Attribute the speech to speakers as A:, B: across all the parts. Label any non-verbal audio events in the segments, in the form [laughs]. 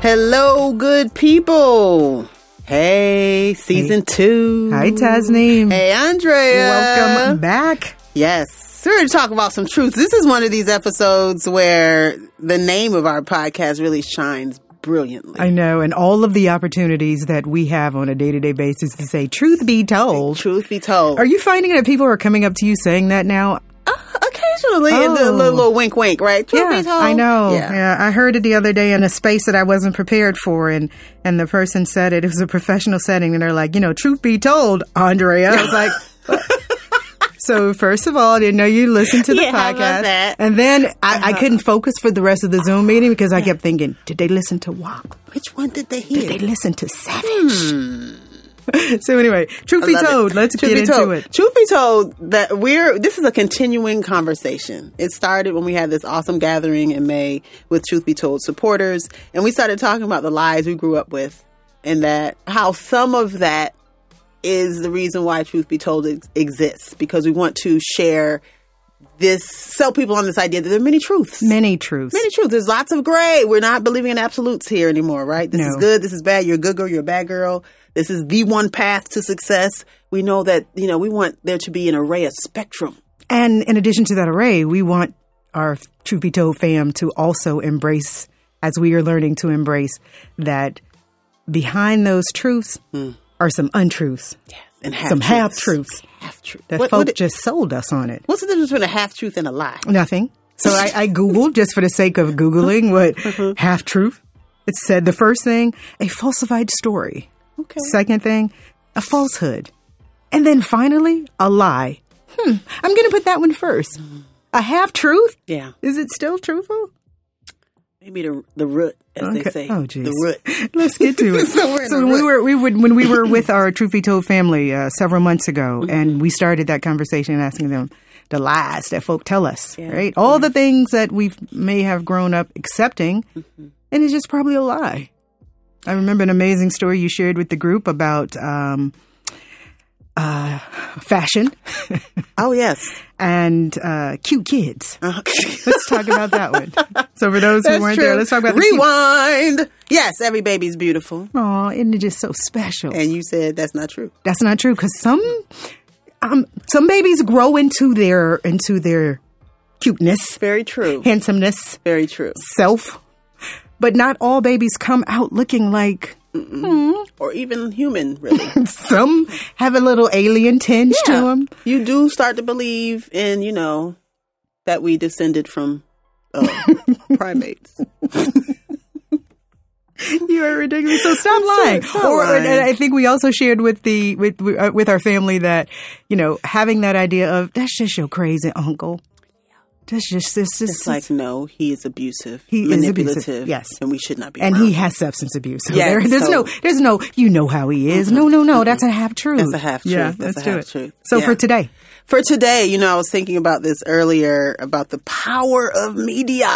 A: Hello, good people. Hey, season two.
B: Hi, Tasneem.
A: Hey, Andrea.
B: Welcome back.
A: Yes. We're going to talk about some truths. This is one of these episodes where the name of our podcast really shines brilliantly.
B: I know, and all of the opportunities that we have on a day to day basis to say, truth be told.
A: Truth be told.
B: Are you finding that people are coming up to you saying that now?
A: Occasionally, and the
B: Oh.
A: little, little wink wink, right? Truth be told.
B: I know.
A: Yeah.
B: Yeah. I heard it the other day in a space that I wasn't prepared for, and and the person said it. It was a professional setting, and they're like, you know, truth be told, Andrea. I was like.
A: [laughs]
B: what? So first of all, I didn't know you listened to the
A: Yeah, I
B: podcast,
A: love that. Uh-huh.
B: and then I, I couldn't focus for the rest of the Zoom meeting because I kept thinking, did they listen to WAP?
A: Which one did they
B: They
A: hear?
B: listen to Savage. Hmm. [laughs] so anyway, truth be
A: Love it.
B: told, let's
A: Truth
B: get
A: be
B: into
A: told,
B: it.
A: Truth be told, that we're this is a continuing conversation. It started when we had this awesome gathering in May with Truth Be Told supporters, and we started talking about the lies we grew up with, and that how some of that is the reason why Truth Be Told ex- exists because we want to share this, sell people on this idea that there are many truths.
B: Many truths.
A: Many truths. There's lots of gray. We're not believing in absolutes here anymore, right? This is
B: No.
A: good. This is bad. You're a good girl. You're a bad girl. This is the one path to success. We know that, you know, we want there to be an array of spectrum.
B: And in addition to that array, we want our truth be told fam to also embrace, as we are learning to embrace, that behind those truths
A: Hmm.
B: are some untruths,
A: And half
B: some half truths
A: Half truth.
B: that
A: What,
B: folk
A: what-
B: just sold us on it.
A: what's the difference between a half truth and a lie?
B: Nothing. So I,
A: [laughs]
B: I Googled just for the sake of Googling what
A: Uh-huh.
B: half truth. It said the first thing, a falsified story.
A: Okay.
B: Second thing, a falsehood. And then finally, a lie. Hmm, I'm going to put that one first. A half truth?
A: Yeah.
B: Is it still truthful?
A: Maybe the, the root, as they say.
B: Oh, geez.
A: the root.
B: [laughs] Let's get to it.
A: [laughs] So we're in a
B: when we
A: rut.
B: were we would when we were with our Truth Be Told family uh, several
A: [laughs]
B: months ago, and we started that conversation asking them the lies that folk tell us, right? All the things that we may have grown up accepting,
A: Mm-hmm.
B: and it's just probably a lie. I remember an amazing story you shared with the group about um, uh, fashion
A: Oh, yes.
B: and uh, cute kids.
A: Uh-huh.
B: [laughs] Let's talk about
A: [laughs]
B: that one. So for those who weren't there, let's talk about the cute-
A: Rewind. Yes, every baby's beautiful.
B: Aw, isn't it just so special?
A: And you said that's not true.
B: That's not true because some um, some babies grow into their into their cuteness,
A: Very true.
B: handsomeness,
A: Very true.
B: self, but not all babies come out looking like.
A: Or even human, really.
B: Some have a little alien tinge to 'em. to
A: Yeah.
B: them.
A: You do start to believe in, you know, that we descended from uh,
B: [laughs]
A: primates.
B: You are ridiculous. So stop lying.
A: stop
B: or and-
A: lying.
B: and I think we also shared with the with uh, with our family that you know having that idea of that's just your crazy uncle. That's just this
A: It's
B: is
A: like, no, he is abusive,
B: He is
A: manipulative,
B: abusive, yes.
A: and we should not be.
B: and
A: around.
B: he has substance abuse. So
A: Yeah,
B: there- there's
A: so- Mm-hmm.
B: no, there's no, you know how he is. No, no, no. That's a half truth.
A: That's a half truth.
B: Yeah,
A: That's
B: let's
A: a
B: do
A: half
B: it.
A: truth.
B: So
A: Yeah.
B: for today,
A: For today, you know, I was thinking about this earlier about the power of media.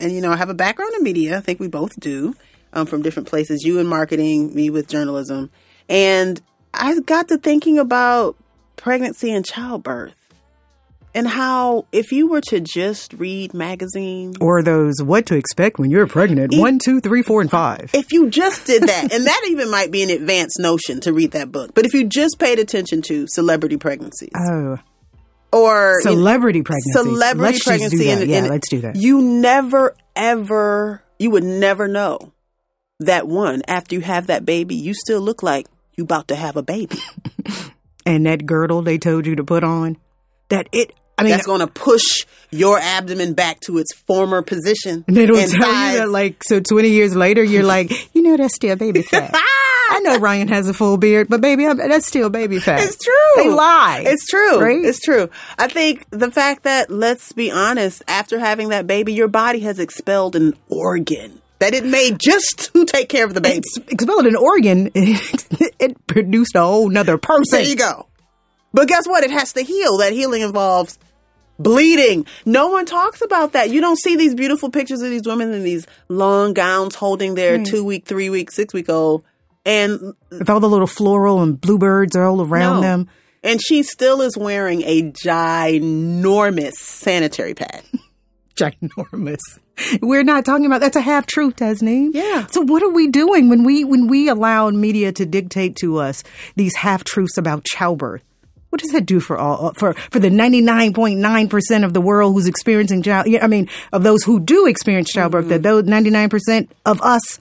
A: And, you know, I have a background in media. I think we both do um, from different places. You in marketing, me with journalism. And I got to thinking about pregnancy and childbirth and how if you were to just read magazines,
B: or those what to expect when you're pregnant.
A: E
B: One, two, three, four, and five.
A: if you just did that, and that even might be an advanced notion to read that book, but if you just paid attention to celebrity pregnancies
B: Oh,
A: or you know,
B: celebrity pregnancy.
A: celebrity
B: let's
A: pregnancy.
B: Just do that.
A: and,
B: yeah,
A: and
B: let's do that.
A: You never ever, you would never know that one after you have that baby, you still look like you about to have a
B: [laughs]
A: baby.
B: and that girdle they told you to put on, that it. I mean,
A: That's going to push your abdomen back to its former position.
B: [laughs] they don't
A: and
B: tell
A: size.
B: you that. Like, so twenty years later, you're like, you know, that's still
A: [laughs]
B: baby fat. I know Ryan has a full beard, but baby, I'm, that's still baby fat.
A: It's true.
B: They lie.
A: It's true.
B: Right?
A: It's true. I think the fact that, let's be honest, after having that baby, your body has expelled an organ that it made just to take care of the baby.
B: Ex- expelled an organ, [laughs] it, produced a whole nother person.
A: There you go. But guess what? It has to heal. That healing involves bleeding. No one talks about that. You don't see these beautiful pictures of these women in these long gowns holding their
B: Hmm.
A: two week, three week, six week old. And
B: With all the little floral and bluebirds all around
A: no.
B: them.
A: And she still is wearing a ginormous sanitary pad.
B: ginormous. [laughs] We're not talking about that's a half truth, Tasneem.
A: Yeah.
B: So what are we doing when we when we allow media to dictate to us these half truths about childbirth? What does that do for all uh, for for the ninety nine point nine percent of the world who's experiencing child? yeah, I mean, of those who do experience childbirth,
A: Mm-hmm.
B: that those ninety nine percent of us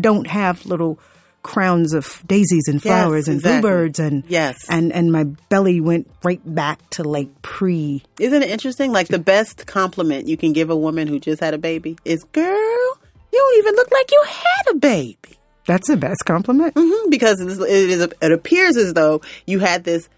B: don't have little crowns of daisies and flowers and
A: exactly.
B: bluebirds and
A: Yes.
B: and and my belly went right back to like pre
A: Isn't it interesting? Like the best compliment you can give a woman who just had a baby is, "Girl, you don't even look like you had a baby,"
B: That's the best compliment.
A: Mhm, because it is- it is it appears as though you had this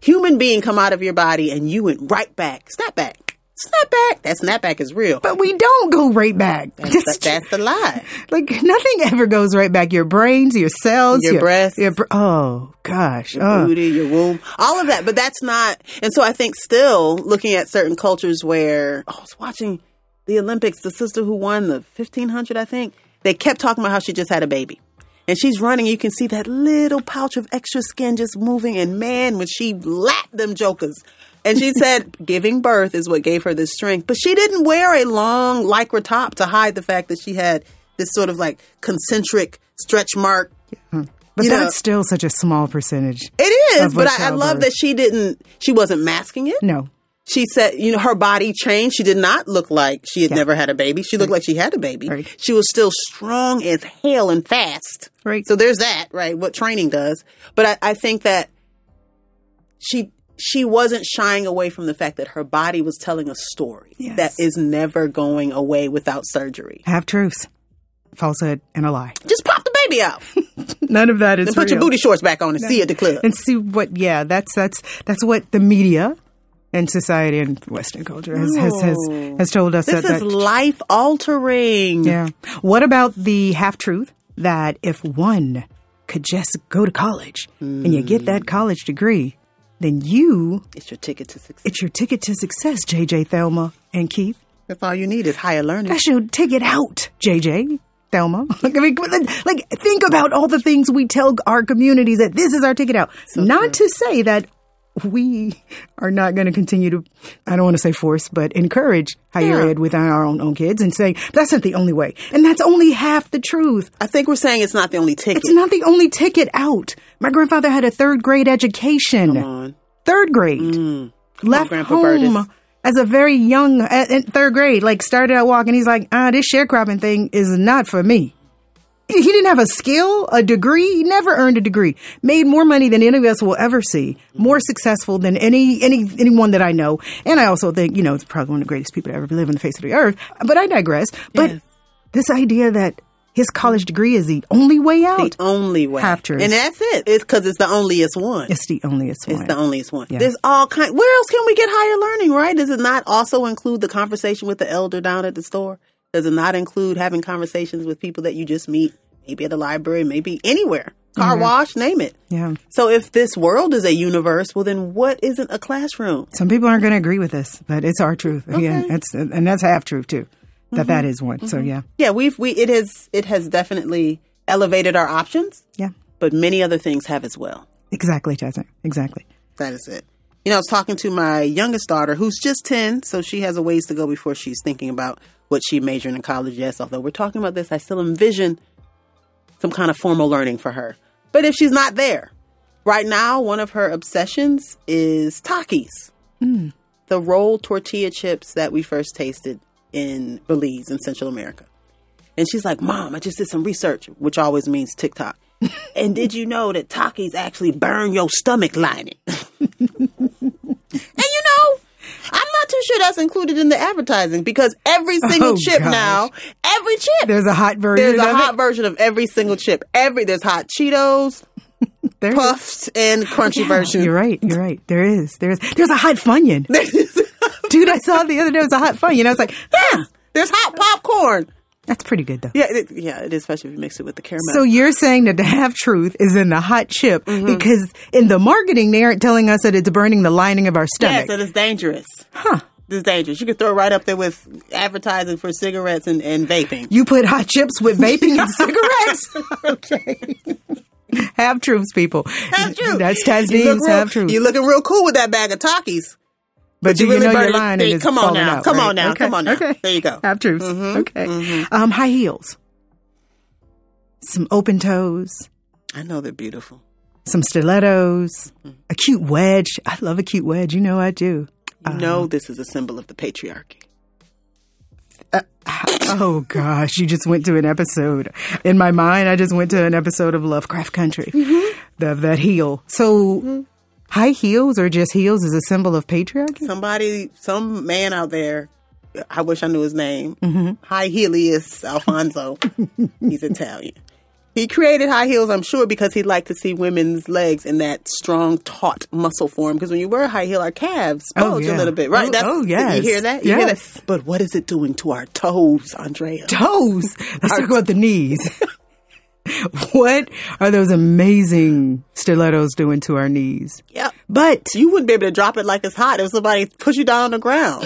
A: human being come out of your body and you went right back, snap back, snap back. That snap back is real.
B: But we don't go right back.
A: That's,
B: That's
A: the- that's the lie.
B: tr- like nothing ever goes right back. Your brains, your cells,
A: Your breasts.
B: your br- oh gosh,
A: your
B: oh.
A: booty, your womb, all of that. But that's not. And so I think still looking at certain cultures where oh, I was watching the Olympics, the sister who won the 1500, I think, they kept talking about how she just had a baby. And she's running, you can see that little pouch of extra skin just moving. And man, when she lapped them jokers. And she said giving birth is what gave her this strength. But she didn't wear a long lycra top to hide the fact that she had this sort of like concentric stretch mark
B: but
A: you know-
B: that's still such a small percentage.
A: it is,
B: Of
A: but
B: a
A: I, I love
B: childbirth.
A: that she didn't. She wasn't masking it.
B: No,
A: She said, you know, her body changed. She did not look like she had
B: Yeah.
A: never had a baby. She looked like she had a baby.
B: Right.
A: She was still strong as hell and fast.
B: Right.
A: So there's that. Right. What training does, but I, I think that she she wasn't shying away from the fact that her body was telling a story
B: Yes.
A: that is never going away without surgery.
B: half truths, falsehood, and a lie. [laughs]
A: Just pop the baby out
B: None of that is
A: and put your
B: real.
A: booty shorts back on and see you at the club.
B: and see what. Yeah, that's that's that's what the media and society and Western culture has has has, has told us
A: Oh. This
B: that,
A: is
B: that
A: life altering.
B: Yeah. What about the half truth that if one could just go to college and you get that college degree, then you,
A: It's your ticket to success.
B: it's your ticket to success, JJ Thelma and Keith.
A: That's all you need is higher learning.
B: That's your ticket out, JJ. Thelma, [laughs] like, I mean, like think about all the things we tell our communities that this is our ticket out. not to say that we are not going to continue to, I don't want to say force, but encourage higher
A: Yeah.
B: ed with our own, own kids and say that's not the only way, and that's only half the truth.
A: I think we're saying it's not the only ticket.
B: It's not the only ticket out. My grandfather had a third grade education.
A: on. Mm.
B: Third grade. Left
A: Grandpa
B: home
A: Virtus.
B: as a very young, at, at third grade, like started out walking. He's like, ah, this sharecropping thing is not for me. He he didn't have a skill, a degree. He never earned a degree. Made more money than any of us will ever see. More successful than any any anyone that I know. And I also think you know it's probably one of the greatest people to ever live on the face of the earth. But I digress. But
A: Yes.
B: this idea that his college degree is the only way out.
A: the only way.
B: Half truths.
A: And that's it. It's because it's the onlyest one.
B: It's the only it's
A: It's
B: one.
A: the onlyest one. There's all kind. Where else can we get higher learning? Right? Does it not also include the conversation with the elder down at the store? Does it not include having conversations with people that you just meet, maybe at the library, maybe anywhere, car
B: Mm-hmm.
A: wash, name it?
B: yeah.
A: So if this world is a universe, well, then what isn't a classroom?
B: Some people aren't going to agree with this, but it's our truth. Yeah, that's and that's half truth too. That that
A: Mm-hmm.
B: is one. So yeah,
A: Yeah, we've we it has it has definitely elevated our options,
B: yeah,
A: but many other things have as well.
B: exactly, Jasmine. Exactly.
A: That is it. You know, I was talking to my youngest daughter who's just 10, so she has a ways to go before she's thinking about what she majoring in college. Yes, although we're talking about this, I still envision some kind of formal learning for her. But if she's not there, right now, one of her obsessions is Takis,
B: Mm.
A: the rolled tortilla chips that we first tasted in Belize in Central America. And she's like, Mom, I just did some research, which always means
B: [laughs]
A: TikTok. and did you know that Takis actually burn your stomach lining? [laughs] And you know, I'm not too sure that's included in the advertising because every single
B: Oh,
A: chip
B: gosh.
A: now, every chip,
B: There's a hot version.
A: there's a
B: of
A: hot
B: it.
A: version of every single chip. Every there's hot Cheetos, Mm-hmm.
B: There is.
A: puffed, and crunchy
B: Yeah,
A: version. [laughs]
B: You're right. You're right. There is. There is. There's a hot funyun. Dude, I saw it the other day. It was a hot funyun. I was like, ah,
A: There's hot popcorn.
B: that's pretty good though.
A: Yeah, it, yeah, it is, especially if you mix it with the caramel.
B: So you're saying that the half truth is in the hot chip
A: Mm-hmm.
B: because in the marketing they aren't telling us that it's burning the lining of our
A: yes,
B: stomach.
A: and it's dangerous. Huh. It's dangerous. You could throw it right up there with advertising for cigarettes and, and vaping.
B: You put hot chips with
A: [laughs]
B: vaping and cigarettes. okay. [laughs] Have truths, people.
A: That's true.
B: That's
A: You look
B: Tasneem's
A: real-
B: half truth.
A: You're looking real cool with that bag of Takis.
B: But, do
A: you
B: you,
A: really
B: know
A: burn
B: your
A: the
B: line
A: thing.
B: and it's
A: Come on
B: falling
A: now.
B: out,
A: Come
B: right?
A: on now.
B: Okay.
A: Come on now.
B: Okay.
A: There you go. Mm-hmm,
B: Have truths. Okay. Um, high heels, some open toes,
A: I know they're beautiful.
B: some stilettos,
A: Mm.
B: a cute wedge. I love a cute wedge. You know I do.
A: You know this is a symbol of the patriarchy.
B: Oh gosh, you just went to an episode. In my mind, I just went to an episode of Lovecraft Country. The, that heel. So high heels or just heels is a symbol of patriarchy?
A: Somebody, some man out there, I wish I knew his name,
B: Mm-hmm.
A: High Helius
B: [laughs]
A: Alfonso. He's Italian. He created high heels, I'm sure, because he liked to see women's legs in that strong, taut muscle form. Because when you wear a high heel, our calves
B: Oh,
A: bulge
B: yeah.
A: a little bit, right?
B: Oh, oh,
A: You
B: yes.
A: hear that? You hear
B: Yes.
A: that? But what is it doing to our toes, Andrea?
B: Toes. Let's talk about the knees. [laughs] what are those amazing stilettos doing to our knees?
A: Yep.
B: But
A: You wouldn't be able to drop it like it's hot if somebody put you down on the ground.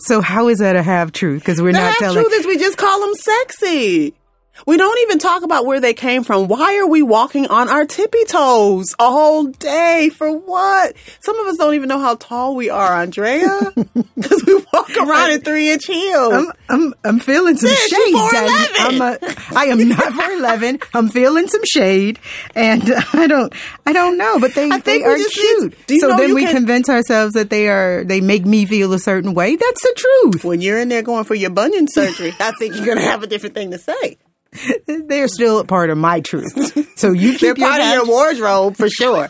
B: so how is that a half truth? Because we're
A: The
B: not
A: half
B: telling.
A: truth is we just call them sexy. We don't even talk about where they came from. Why are we walking on our tippy toes all day? For what? Some of us don't even know how tall we are,
B: [laughs]
A: Andrea. Because we walk around in three inch heels.
B: I'm I'm I'm feeling some
A: Sis, you
B: shade.
A: 4'11.
B: Daddy. I'm a, I am not four eleven. I'm feeling some shade, and I don't I don't know, but they
A: I
B: they
A: think we
B: are
A: just need-
B: cute.
A: Do you
B: so
A: know
B: then
A: you
B: we
A: can-
B: convince ourselves that they are they make me feel a certain way. That's the truth.
A: when you're in there going for your bunion surgery, I think you're going to have a different thing to say.
B: They're still a part of my truth. So you
A: They're
B: keep your
A: part of
B: half-
A: your wardrobe for
B: [laughs]
A: sure.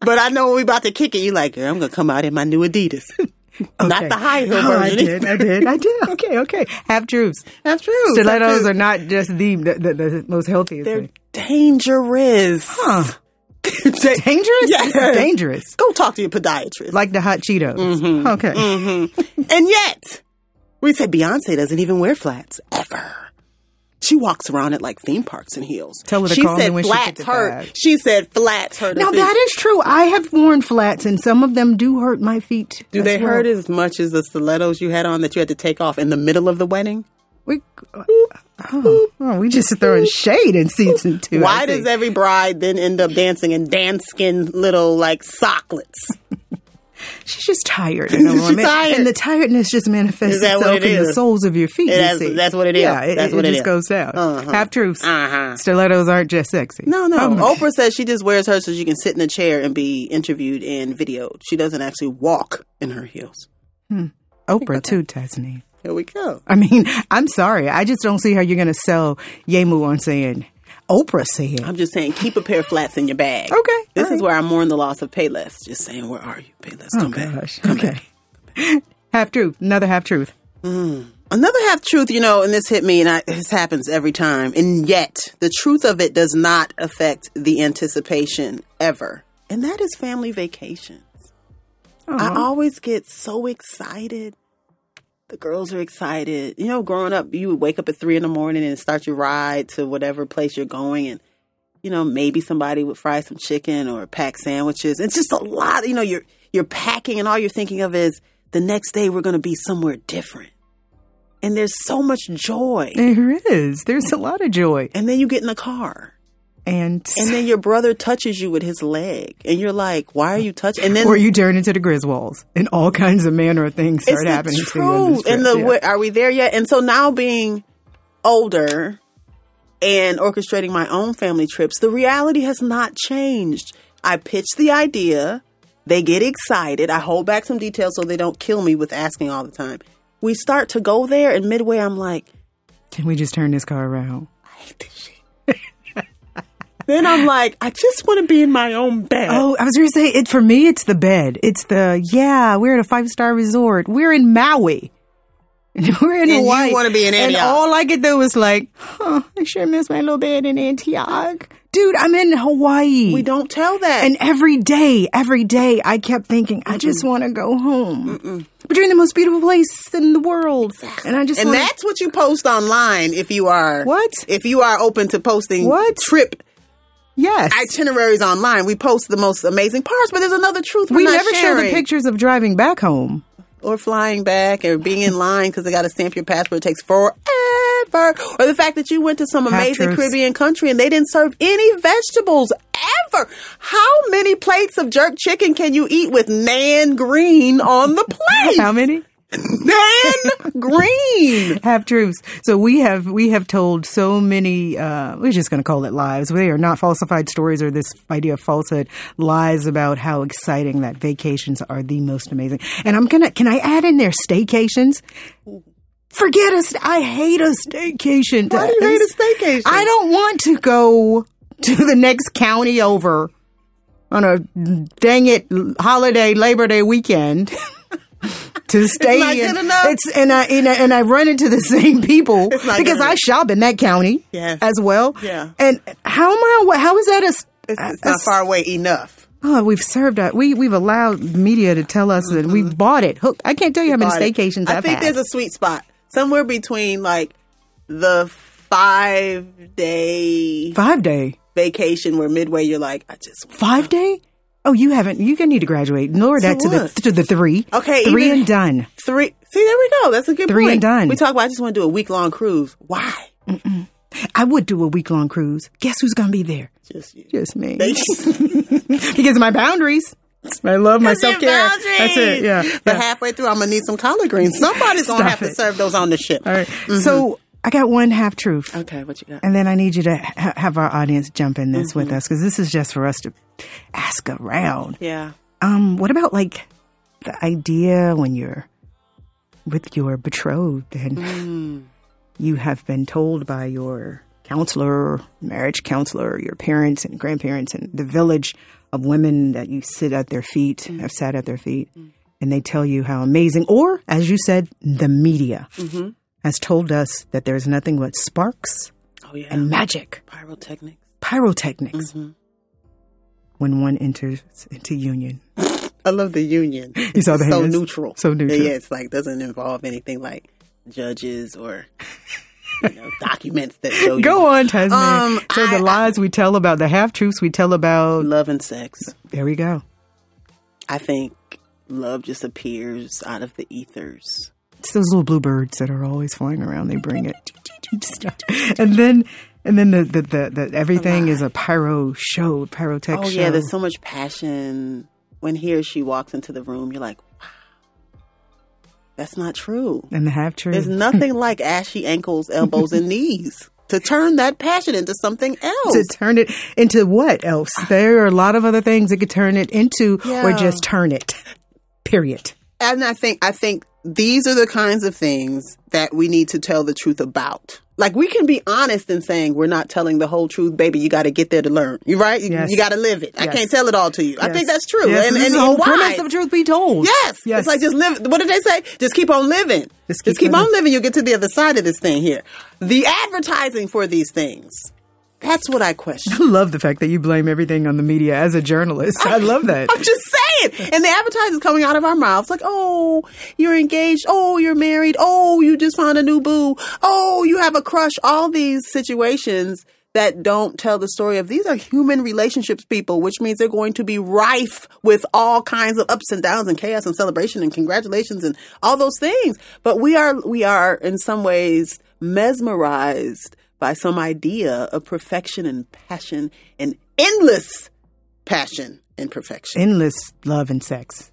A: but I know when we about to kick it, you're like, girl, I'm going to come out in my new Adidas. [laughs] Not
B: Okay.
A: the high heel
B: Oh, I
A: version.
B: did. I did. I did. [laughs] Okay. Okay. Half truths.
A: That's true.
B: Stilettos are not just the the, the, the most healthiest
A: They're
B: thing.
A: dangerous. [laughs]
B: Huh.
A: Da-
B: Dangerous.
A: Yes.
B: Dangerous.
A: Go talk to your podiatrist.
B: Like the hot Cheetos.
A: Mm-hmm.
B: Okay.
A: and yet, we said Beyonce doesn't even wear flats ever. She walks around at like theme parks in heels.
B: Tell her to
A: she
B: call me
A: said
B: when she
A: flats
B: gets it
A: hurt.
B: back.
A: She said flats hurt.
B: Now
A: her
B: that
A: feet.
B: is true. I have worn flats, and some of them do hurt my feet.
A: Do they hurt as much as the stilettos you had on that you had to take off in the middle of the wedding?
B: We, oh, oh, we just throwing shade in season two. I
A: Why does
B: think.
A: every bride then end up dancing in danskin little like socklets?
B: She's just tired. You
A: [laughs]
B: know,
A: She's
B: woman.
A: tired.
B: And the tiredness just manifests
A: Is that what
B: itself
A: it
B: in the
A: is?
B: soles of your feet.
A: Yeah,
B: you
A: that's-
B: see.
A: that's what it is.
B: Yeah, it,
A: That's
B: it
A: what it
B: just
A: is.
B: goes down. Half truths.
A: Uh-huh.
B: Stilettos aren't just sexy.
A: No, no.
B: Um,
A: Oprah says she just wears hers so she can sit in a chair and be interviewed and videoed. She doesn't actually walk in her heels.
B: Oprah too, Tasnee.
A: Here we go.
B: I mean, [laughs] I'm sorry. I just don't see how you're going to sell Yemu on saying Oprah said.
A: I'm just saying, keep a pair of flats in your bag.
B: Okay,
A: This
B: all
A: is
B: right.
A: where I mourn the loss of Payless. Just saying, where are you, Payless?
B: oh
A: Come back.
B: gosh. Okay. [laughs] half truth. Another half truth.
A: Another half truth, you know, and this hit me, and I, this happens every time. And yet, the truth of it does not affect the anticipation ever. And that is family vacation. I always get so excited. The girls are excited. You know, growing up, you would wake up at three in the morning and start your ride to whatever place you're going, and you know, maybe somebody would fry some chicken or pack sandwiches. It's just a lot. You know, you're you're packing, and all you're thinking of is the next day we're going to be somewhere different. And there's so much joy.
B: There is. There's a lot of joy.
A: And then you get in the car,
B: And,
A: and then your brother touches you with his leg, and you're like, "Why are you touching?" And then
B: or you turn into the Griswolds and all kinds of manner of things start happening
A: the
B: to you. on this
A: truth. And
B: trip.
A: the
B: Yeah.
A: wh- are we there yet? And so now being older and orchestrating my own family trips, the reality has not changed. I pitch the idea, they get excited. I hold back some details so they don't kill me with asking all the time. We start to go there, and midway, I'm like,
B: Can we just turn this car around?
A: hate this shit. then
B: [laughs]
A: I'm like, I just want to be in my own bed.
B: Oh, I was going to say it for me. It's the bed. It's the yeah. We're at a five star resort. We're in Maui. [laughs] We're in
A: you
B: Hawaii.
A: wanna be in
B: And
A: Antioch.
B: all I could do was like, huh, I sure miss my little bed in Antioch, dude. I'm in Hawaii.
A: we don't tell that.
B: And every day, every day, I kept thinking, I just want to go home. But you're in the most beautiful place in the world, and I just
A: and
B: wanna-
A: that's what you post online if you are
B: What?
A: if you are open to posting
B: What?
A: trip
B: yes.
A: itineraries online. We post the most amazing parts, but there's another truth we're
B: we
A: not
B: never show the
A: sharing.
B: pictures of driving back home.
A: or flying back or being in line because they got to stamp your passport. It takes forever, or the fact that you went to some amazing
B: truths.
A: Caribbean country and they didn't serve any vegetables ever. How many plates of jerk chicken can you eat with Nan Green on the plate?
B: How many? [laughs]
A: Nan Green.
B: have truths. So we have we have told so many. Uh, we're just going to call it lies. They are not falsified stories or this idea of falsehood. Lies about how exciting that vacations are the most amazing. And I'm gonna can I add in there staycations? Forget us. I hate a staycation.
A: Why do you hate a staycation?
B: I don't want to go to the next county over on a dang it holiday Labor Day weekend [laughs] to stay
A: not
B: in.
A: good enough.
B: It's and I and I, and I run into the [laughs] same people
A: It's not
B: because
A: good
B: I
A: enough.
B: shop in that county
A: Yes.
B: as well.
A: Yeah.
B: And how am I? How is that a? s-
A: It's, it's
B: a
A: not
B: s-
A: far away enough.
B: Oh, we've served. Our, we we've allowed media to tell us that we bought it. Hook. I can't tell you how many
A: Mm-hmm. Bought it.
B: staycations
A: I
B: have
A: think
B: had.
A: there's a sweet spot somewhere between like the five day
B: five day.
A: vacation where midway you're like, I just
B: Five day. Oh, you haven't. You're gonna need to graduate. Lower that to the
A: what?
B: to the three.
A: Okay,
B: three
A: even-
B: and done.
A: three. See, there we go. That's a good
B: Three and
A: point.
B: done.
A: We talk about I just want to do a week long cruise. Why?
B: I would do a week long cruise. Guess who's gonna be there?
A: Just you.
B: Just me. [laughs]
A: They just-
B: because of my boundaries. I love my
A: Your
B: self care.
A: boundaries.
B: That's it. Yeah.
A: But
B: Yeah.
A: halfway through, I'm gonna need some collard greens. Somebody's gonna
B: Stop
A: have to
B: it.
A: serve those on the ship.
B: All right. So I got one half truth,
A: Okay, what you got?
B: and then I need you to ha- have our audience jump in this with us because this is just for us to ask around.
A: Yeah.
B: Um, what about like the idea when you're with your betrothed and you have been told by your counselor, marriage counselor, your parents and grandparents, and the village of women that you sit at their feet, have sat at their feet, and they tell you how amazing, or as you said, the media has told us that there's nothing but sparks
A: Oh yeah.
B: and magic,
A: Pyrotechnics.
B: pyrotechnics. When one enters into union,
A: I love the union.
B: [laughs] You saw the
A: so
B: hands?
A: neutral.
B: So neutral.
A: Yeah, it's like doesn't involve anything like judges or you
B: [laughs]
A: know, documents that show
B: Go
A: you
B: on, Tasman.
A: Um,
B: so
A: I-
B: the lies we tell about, the half truths we tell about.
A: love and sex.
B: There we go.
A: I think love just appears out of the ethers.
B: It's those little blue birds that are always flying around. They bring [laughs] it, and then and then the the, the, the everything is a pyro show, pyrotech
A: Oh
B: show.
A: yeah, there's so much passion. When he or she walks into the room, you're like, wow, that's not true.
B: and the half
A: There's
B: truth. [laughs]
A: nothing like ashy ankles, elbows, and knees to turn that passion into something else.
B: To turn it into what else? There are a lot of other things that could turn it into, or
A: Yeah.
B: just turn it. [laughs] Period.
A: and I think I think these are the kinds of things that we need to tell the truth about. Like we can be honest in saying we're not telling the whole truth, baby. You got to get there to learn. You right? You,
B: Yes.
A: you got to live it. I
B: Yes.
A: can't tell it all to you. I
B: Yes.
A: think that's true.
B: Yes,
A: and
B: this
A: and,
B: is the whole
A: and why?
B: premise of truth be told.
A: Yes.
B: yes.
A: It's like just live. What did they say? Just keep on living. Just
B: Just keep
A: keep,
B: on
A: on living. You'll get to the other side of this thing here. The advertising for these things. That's what I question.
B: [laughs] I love the fact that you blame everything on the media as a journalist. [laughs] I love
A: [laughs]
B: that.
A: I'm just saying. And the advertisers coming out of our mouths like, oh, you're engaged. Oh, you're married. Oh, you just found a new boo. Oh, you have a crush. All these situations that don't tell the story of these are human relationships, people, which means they're going to be rife with all kinds of ups and downs and chaos and celebration and congratulations and all those things. But we are, we are in some ways mesmerized by some idea of perfection and passion and endless passion and perfection.
B: endless love and sex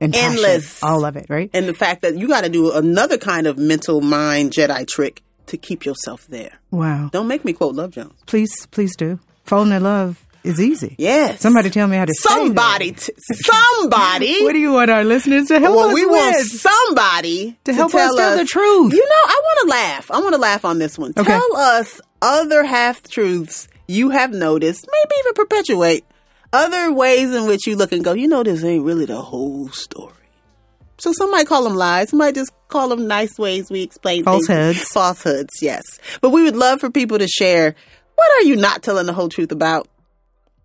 B: and passion.
A: Endless.
B: all of it right
A: And the fact that you got to do another kind of mental mind Jedi trick to keep yourself there.
B: wow
A: Don't make me quote Love Jones.
B: please please do falling in love is easy
A: Yes.
B: somebody tell me how to say
A: Somebody. T-
B: that. [laughs]
A: somebody.
B: what do you want our listeners to help
A: well,
B: us
A: we want
B: with
A: somebody
B: To help us
A: tell
B: tell the truth.
A: You know, I want to laugh. I want to laugh on this one.
B: Okay.
A: Tell us other half truths you have noticed, maybe even perpetuate other ways in which you look and go, you know, this ain't really the whole story. So some might call them lies. Some might just call them nice ways we explain things.
B: Falsehoods.
A: Falsehoods, yes. But we would love for people to share. What are you not telling the whole truth about?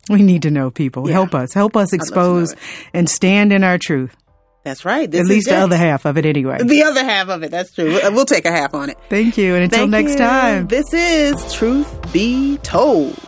B: we need to know people
A: Yeah.
B: help us help us expose
A: it.
B: and stand in our truth
A: That's right. This
B: at
A: is
B: least the
A: Jax.
B: other half of it anyway
A: The other half of it. That's true. We'll, we'll take a half on it.
B: thank you and until
A: Thank
B: next
A: you.
B: time
A: This is Truth Be Told.